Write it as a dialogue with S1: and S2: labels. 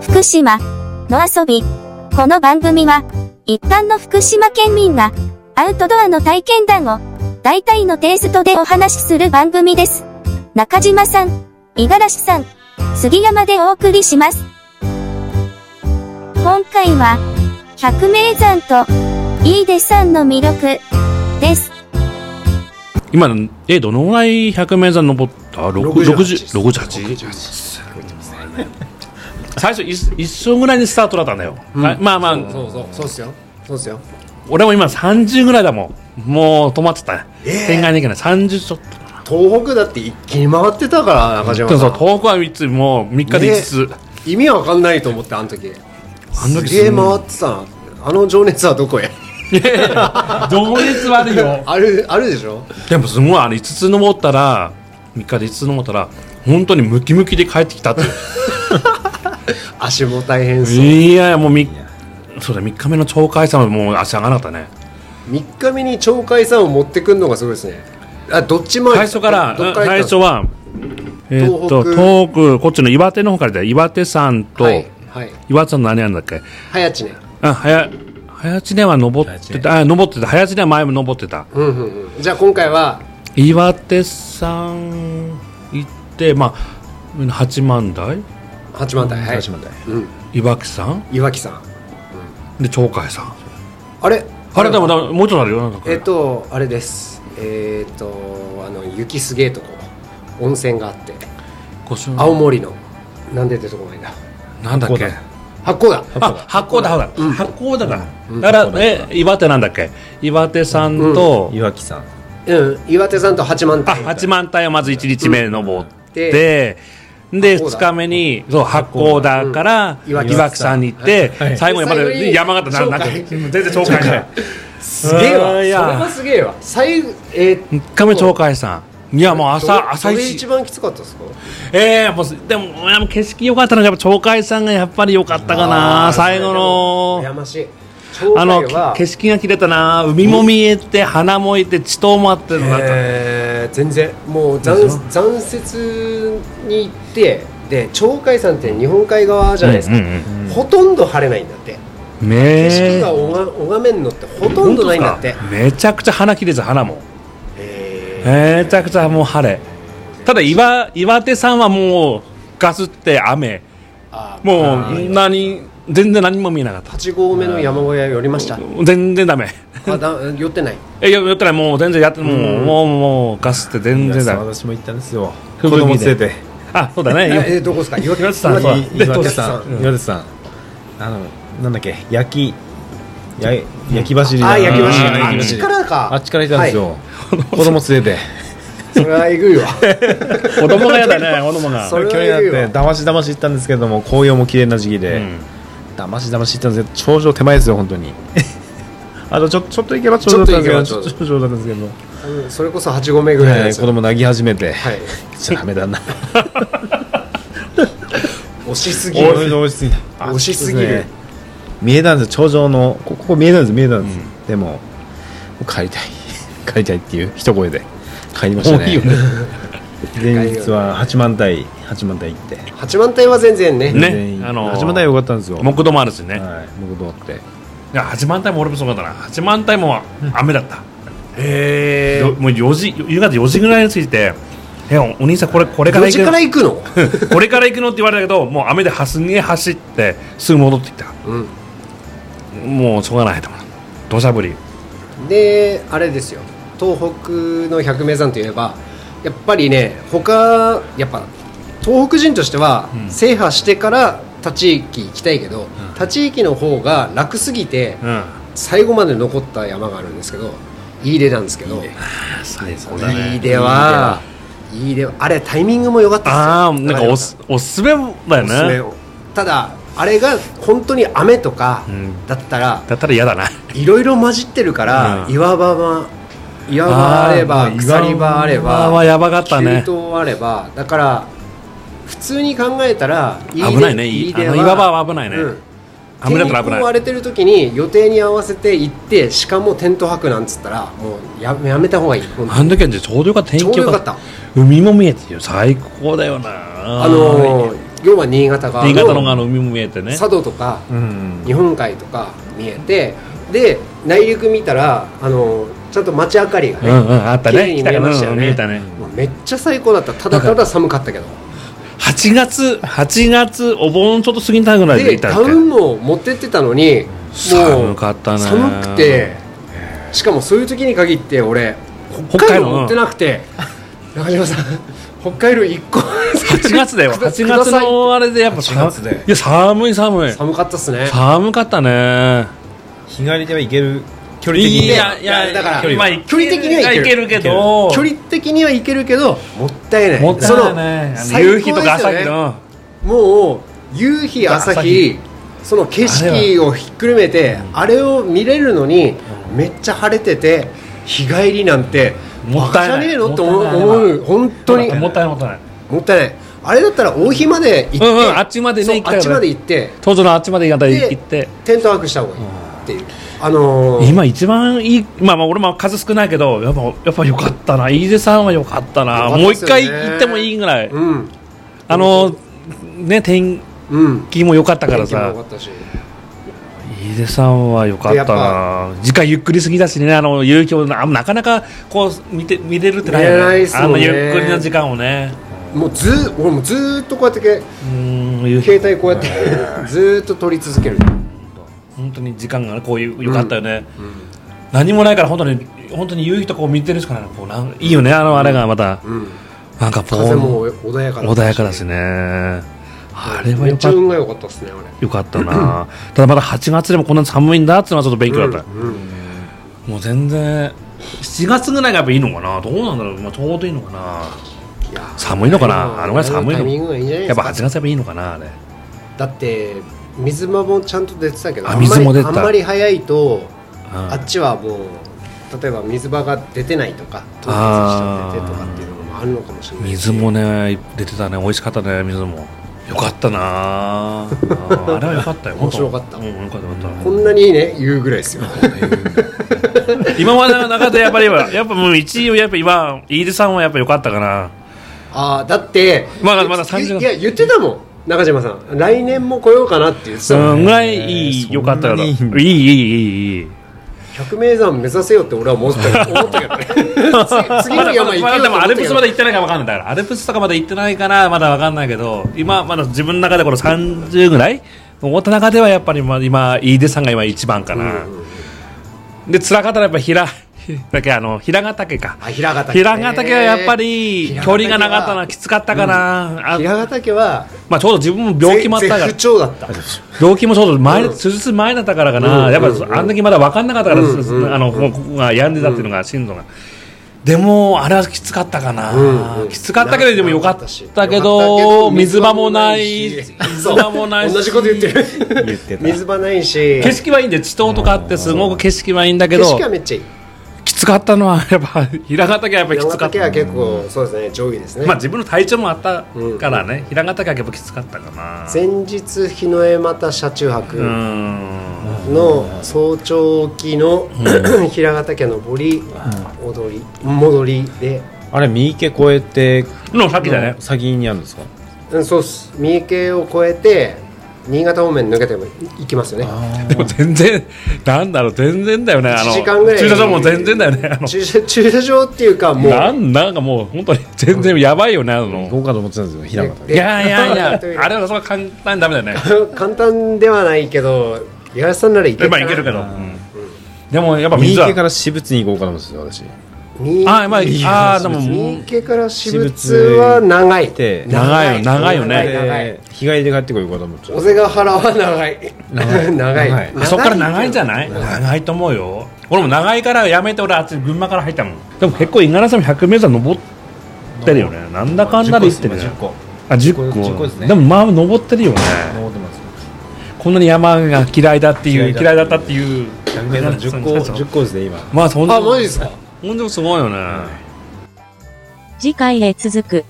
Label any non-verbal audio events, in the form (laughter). S1: 福島の遊び。この番組は、一般の福島県民が、アウトドアの体験談を、大体のテイストでお話しする番組です。中島さん、五十嵐さん、杉山でお送りします。今回は、百名山と、いいデ山の魅力、です。
S2: 今、え、どのぐらい100名山登った
S3: 68
S2: ?68?68? 最初一一緒ぐらいにスタートだったんだよ、あまあまあ
S3: そうそう、そうっすよ。そうっすよ。
S2: 俺も今30ぐらいだもんもう止まってたね、天外できない30ちょっと
S3: 東北だって一気に回ってたから、中島
S2: で
S3: さん。
S2: もそう東北は3つもう3日で5つ、 (laughs)
S3: 意味わかんないと思って、あの時。
S2: あの時
S3: すげえ回ってたな。あの情熱はどこへ
S2: 情熱悪いよ
S3: (laughs) ある、あるでしょ
S2: でもすごいあれ5つ登ったら3日で5つ登ったら本当にムキムキで帰ってきたっていう
S3: 足も大変 (laughs) そう。
S2: いやいやもうみそうだ3日目の鳥海山はもう足上がらなかったね
S3: 3日目に鳥海山を持ってくるのがすごいですね。あ、どっちも
S2: 最初から
S3: どっか
S2: 最
S3: ら行った
S2: 初
S3: の
S2: はえーっと
S3: 東北
S2: 東北こっちの岩手の方からだよ岩手山と、
S3: はい。はい。
S2: 岩手山の何なんだっけ
S3: 早知ね。
S2: あはや早知では登ってたあ登ってた早知では前も登ってた
S3: うんうんうん。じゃあ今回は、
S2: 岩手山行ってまあ八幡台
S3: 八幡台。はい。
S4: 八幡平
S3: うん。
S2: 岩木山
S3: 岩木さん。
S2: で鳥海山
S3: あれ
S2: あれでもだもうちょっとあるよなんかこれ
S3: えっとあれですえっとあの雪すげえとこ温泉があって
S2: 腰の
S3: 青森のなんで出てこないんだ
S2: なんだっけ
S3: 八甲だ
S2: あ八甲田八甲田八甲田だだからえ岩手なんだっけ岩手山と
S4: 岩木さん
S3: うん岩手山と八幡
S2: あ
S3: 平
S2: 八幡平をまず1日目登って、
S3: 八
S2: で
S3: 甲田
S2: 2日目にそう八甲田から
S3: うん岩
S2: 岩
S3: 木山
S2: 木山に行って、
S4: はい
S2: 最後にま
S3: 最後に
S2: で山形ななんか
S3: 紹介
S2: 全然鳥海山
S3: すげえわ
S2: い
S3: それ
S2: や
S3: はすげえわ最後えー
S2: 3日目鳥海山いやもう朝朝
S3: どれ一
S2: 一
S3: 番きつかったですか
S2: ええもうでもでも景色良かったのがやっぱ鳥海山がやっぱり良かったかな最後
S3: や
S2: の
S3: ましい鳥
S2: あ
S3: 海
S2: の
S3: は
S2: 景色が切れたな海も見えて花もいて地頭もあってのなんか、
S3: えー全然もう残残雪に行ってで鳥海山って日本海側じゃないですか、
S2: うんうん
S3: ほとんど晴れないんだって景色
S2: ね
S3: が
S2: え
S3: 拝拝めんのってほとんどないんだって
S2: 本当すかめちゃくちゃ花切れず花も
S3: えー
S2: めちゃくちゃもう晴れただ岩岩手さんはもうガスって雨
S3: あー
S2: もう何全然何も見えなかった
S3: 八合目の山小屋寄りました
S2: 全然ダメ
S3: あだ寄ってない
S2: えよよったらもう全然やってもうもうもうガスって全然ダメ
S4: 私も行ったんですよ
S2: 吹
S4: 子
S2: 雪で
S4: 供連れて
S2: あそうだね
S3: えーどこですか岩
S2: 岩手山
S3: 岩
S2: そうで
S4: 岩手
S3: さ
S4: さ
S3: ん
S4: ん岩手さんあのなんだっけ焼きや焼き走り
S3: あー焼き走り
S4: うん
S3: あ
S4: 焼
S3: っちからか
S4: あっちから行ったんですよ、子供連れて
S3: それはえぐいわ
S2: 子供がやだ
S3: (laughs)
S2: ね子供が
S3: (laughs) それは
S4: 距離
S3: えぐい
S4: があって
S3: わ
S4: だましだまし行ったんですけども紅葉も綺麗な時期で、
S2: うん
S4: だましだまし行ったんですけど頂上手前ですよ本当にあとちょちょっと行けば頂上だったんです
S3: ち
S4: け
S3: ょっと行
S4: ど頂上だったんですけど、
S3: うんそれこそ八合目ぐらいなん
S4: え
S3: で
S4: ー
S3: す
S4: 子
S3: よ
S4: 供泣き始めて、
S3: はい
S4: (laughs) ダメだな
S3: 押しすぎ
S4: 押し
S3: る
S4: 押しすぎた
S3: 押しすぎる
S4: そうですね見えたんです頂上のこここ見えたんです見えたんです、でももう帰りたい帰りたいっていう一声で帰りましたね
S2: 多いよね
S4: 前日は八万台八万台行って
S3: 八幡平は全然ね
S2: ね
S4: 全員
S2: あのー
S4: 八万台良かったんですよ
S2: 木道もあるしね
S4: はい木道って
S2: いや八幡平も俺もそうだったな八幡平も雨だった
S3: へ
S2: よもう4時夕方4時ぐらいに着いて「えおお兄さんこれこれから
S3: 4
S2: 行
S3: 時
S2: く
S3: から行く
S2: (laughs)
S3: の
S2: これから行くの?」って言われたけどもう雨ではすげえ走ってすぐ戻ってきた
S3: うん
S2: もうしょうがないと思う土砂降り
S3: であれですよ東北の百名山といえばやっぱりね他やっぱ東北人としては
S2: うん
S3: 制覇してから他地域行きたいけど、他地域の方が楽すぎて
S2: うん
S3: 最後まで残った山があるんですけど飯出なんですけど
S2: 最高だ
S3: 飯
S2: ね
S3: 出は飯出はあれタイミングも良かった
S2: ああ
S3: ですよ
S2: なんかおすおすすめだよ
S3: おすすめ
S2: ね
S3: をただあれが本当に雨とか
S2: うん
S3: だったら、
S2: だったら嫌だない
S3: ろいろ混じってるから、
S2: うん
S3: 岩場は岩場あれば
S2: あー
S3: 鎖場あれ
S2: 岩場は
S3: ば
S2: やばかったね
S3: 急登あればだから普通に考えたら
S2: 危ないねいいあの岩場は危ないね危ない
S3: 天
S2: 危ない危ない
S3: 候荒れてる時に予定に合わせて行ってしかもテント泊なんつったらもうややめた方がいい本当に
S2: あの時はねちょうどよかった天気
S3: ちょうどよ
S2: よか
S3: かっ
S2: ったた海も見えてるよ最高だよな
S3: あのー要は新潟が
S2: 新潟のあの海も見えてね
S3: 佐渡とか
S4: うん
S3: 日本海とか見えてで内陸見たらあのちゃんと町明かりが
S2: う
S3: ね、
S2: んうんあった
S3: 綺麗
S2: ね
S3: に見えましたよ
S2: うん
S3: ね
S2: 見えたね
S3: まあめっちゃ最高だったただただ寒かったけど
S2: 8月8月お盆ちょっと過ぎたぐらいで
S3: で
S2: いた
S3: ダ
S2: っけ
S3: ウンも持ってってたのにもう
S2: 寒かったね
S3: 寒くてしかもそういう時に限って俺
S2: 北
S3: 北
S2: 海
S3: 海
S2: 道
S3: 道持ってなくて中島さん北海道1
S2: (laughs)
S3: 個
S2: 8月だ
S3: (laughs)
S2: よ
S3: くだ
S2: 8月のあれでやっぱ
S4: 8月だよ
S2: いや寒い寒い
S3: 寒かったっすね
S2: 寒かったね
S4: 日帰りでは行ける距離的に
S2: いやいや
S3: だから
S2: 距離は
S3: 距離的にはいい
S2: け
S3: け
S2: る
S3: る
S2: けど
S3: 距離的にはいけるけどもったいない
S2: もったいないねあ
S3: そ
S2: の
S3: の
S2: 夕日とか
S3: 最高
S2: 朝
S3: です
S2: 日
S3: よね
S2: の
S3: もう夕日朝
S2: 朝
S3: 日
S2: 日
S3: その景色をひっくるめてあれを見れるのにめっちゃ晴れてて日帰りなんて
S2: もったいない
S3: バカじゃねえのって思
S2: もったいないな
S3: う思う本当に
S2: もったいないもったいない
S3: もったいないあれだったら大日まで行って、
S2: うんうんあっちまでね
S3: そう
S2: 行きたい
S3: あ
S2: よ
S3: っ
S2: ね
S3: ちまで行って
S2: 当時のあっちまで行ったら
S3: で
S2: 行って
S3: テントワークした方がいいっていうあのー
S2: 今一番いいまあまあ俺も数少ないけどやっぱやっぱ良かったな飯出さんは良かったな
S3: 良かった
S2: もう
S3: で
S2: 一
S3: すよね
S2: 回行ってもいいぐらい
S3: うん
S2: あのね天
S3: うん
S2: 気も良かったから
S3: 天気も良
S2: さ
S3: かったし
S2: 飯出さんは良かった
S3: で
S2: な時間ゆっくり過ぎだしねあの有興なあなかなかこう見て見れるってない
S3: 見れ
S2: よ
S3: ない
S2: ね
S3: っす
S2: あ
S3: もん
S2: の
S3: ね
S2: ゆっくりの時間をね
S3: もうずー俺もずーっとこうやってけ
S2: うーん夕日
S3: (laughs) 携帯こうやってずーっと撮り続ける
S2: 本当に時間がこういう良かったよね何もないから本当に本当に夕日とこう見てるしかないこうなんいいよねあのあれがまた
S3: うん
S2: なんかぼーん
S3: 風も穏やかだった
S2: 穏やかだしねあれは
S3: め
S2: よ
S3: っちゃ
S2: かっ
S3: 運が良かったですねあれ
S2: よかった
S3: (clears throat)
S2: なただまだ8月でもこんな寒いんだっていうのはちょっと勉強だった、
S3: うんうん
S2: もう全然7月ぐらいがやっぱいいのかなどうなんだろう、まあ、ちょうどいいのかない
S3: や
S2: 寒いのかな
S3: ま
S2: あのぐらい寒い
S3: タ
S2: の
S3: イミングがいいんじゃな
S2: や
S3: いで
S2: っ
S3: す
S2: ぱ
S3: か
S2: 8月やっぱいいのかなあれ
S3: だって水間もちゃんと出てたけど
S2: あ
S3: んまり
S2: 水も出てた
S3: あんまり早いと
S2: うん
S3: あっちはもう例えば水場が出てないとか凍結しちゃっててとかっていうのもあるのかもしれないし
S2: 水もね出てたね美味しかったね水もよかったな
S3: (laughs)
S2: あーあれはよかったよ
S3: 面白かった
S2: うんよかったよかった
S3: こんなにいいね言うぐらいですよ
S2: 今までの中でやっぱりやっぱもう1位はやっぱ今飯出さんはやっぱ良かったかな
S3: ああだって
S2: まだまだ30
S3: いや言ってたもん中島さん来年も来ようかなって言ってたも
S2: うんんぐらいいい、よかったから。いい、いい、いい、いい。
S3: 百名山目指せよって俺は思っ
S2: (laughs)
S3: たけど思ったけどね次次
S2: ま
S3: の
S2: だ、ま
S3: 山行けよ
S2: だ、
S3: と
S2: で
S3: 思
S2: も
S3: っ
S2: ア
S3: たけ
S2: ル
S3: ど
S2: プスまで行ってないからわかんない。だから、アルプスとかまで行ってないから、まだわかんないけど、今、まだ自分の中でこの30ぐらい思った中ではやっぱり、まあ、今、飯出さんが今一番かな。で、辛かったらやっぱ平、だけあの、平ヶ岳か。
S3: あ平ヶ岳ね
S2: 平ヶ岳はやっぱり、距離がなかったな、きつかったかな。あ
S3: 平ヶ岳は
S2: まあ、ちょうど自分も病気もあったから
S3: 絶不。調だった
S2: 病気もちょうど前、
S3: うん
S2: 手術前だったからかな、
S3: うん
S2: やっぱ
S3: うん
S2: あの時まだ分かんなかったから、
S3: うんうん
S2: あのもうここが病んでたっていうのが、心臓が。でも、あれはきつかったかな、
S3: うんうん
S2: きつかったけど、でもよかったけど、水場もない、水場もないし、
S3: 同じこと言ってる
S4: 言ってた
S3: 水場ないし
S2: 景色はいいんで、地頭とかあって、すごく景色はいいんだけ
S3: 景
S2: ど
S3: 色、はめっちゃいい
S2: きつかったのは、やっぱ、平ヶ岳はやっぱりき
S3: 山
S2: つかっ
S3: 岳
S2: た
S3: は。結構そうですね上位ですね、
S2: まあ、自分の体調もあったからね、平ヶ岳はやっぱきつかったかな。
S3: 前日日の絵又車中泊
S2: うん
S3: の早朝起きの、平ヶ岳登り、踊り戻りで、
S4: あれ三池越えて
S2: の先だね、
S4: 先にあるんですか
S3: うん、そうっす三重県を越えて新潟方面抜けても行きますよね
S2: (laughs) でも全然、なんだろう、全然だよね、あ
S3: 1時間ぐ
S2: の
S3: らい
S2: 駐車場も全然だよね、あの
S3: 駐車駐車場っていうかもう
S2: なんなんかもう、本当に全然やばいよね、あ
S4: 行
S2: の。
S4: こうかと思ってたんですよ平方
S2: い
S3: で
S2: やいやいや、
S3: トイレ
S2: あれはそれは簡単にダメだよね。
S3: 簡単ではないけど五十嵐さんならいけ
S2: やっ
S3: る
S2: ぱい
S3: かな
S2: けるけど。うんでもやっぱ
S4: 三
S2: 水は
S4: 池か。ら私物に行こうかと思ってたんですよ
S3: 三重
S2: あ、まあ、
S4: いいよ
S2: あー、でも
S4: 別
S2: も
S3: 三
S2: う
S3: 重、県から私物は長い
S4: 私物
S2: 長いよ長いよ
S4: 私
S2: ね
S3: 長い
S4: で日帰りで帰ってこようかと思ってた
S3: 小瀬川原は長い長い
S4: 長い
S2: あそこから長いんじゃない長いと思うよ。俺も長いからやめて、俺あっち群馬から入ったもん。でも結構、五十嵐さんも100メートル登ってるよね。なんだかんだで行ってるね
S4: 10個
S2: あ、
S4: 10個
S2: 10
S4: で
S2: 個。
S4: す
S2: で
S4: ね
S2: もまあ、登ってるよね。
S4: 登ってます
S2: こんなに山が嫌いだっていう
S4: 嫌い
S2: 嫌
S4: だ
S2: いだったっていう
S4: 100メートル10個10個です
S2: (laughs)
S4: ね今
S2: まあそんな
S3: あマジですか
S2: 네.本当すごいよね
S5: 次回へ続く。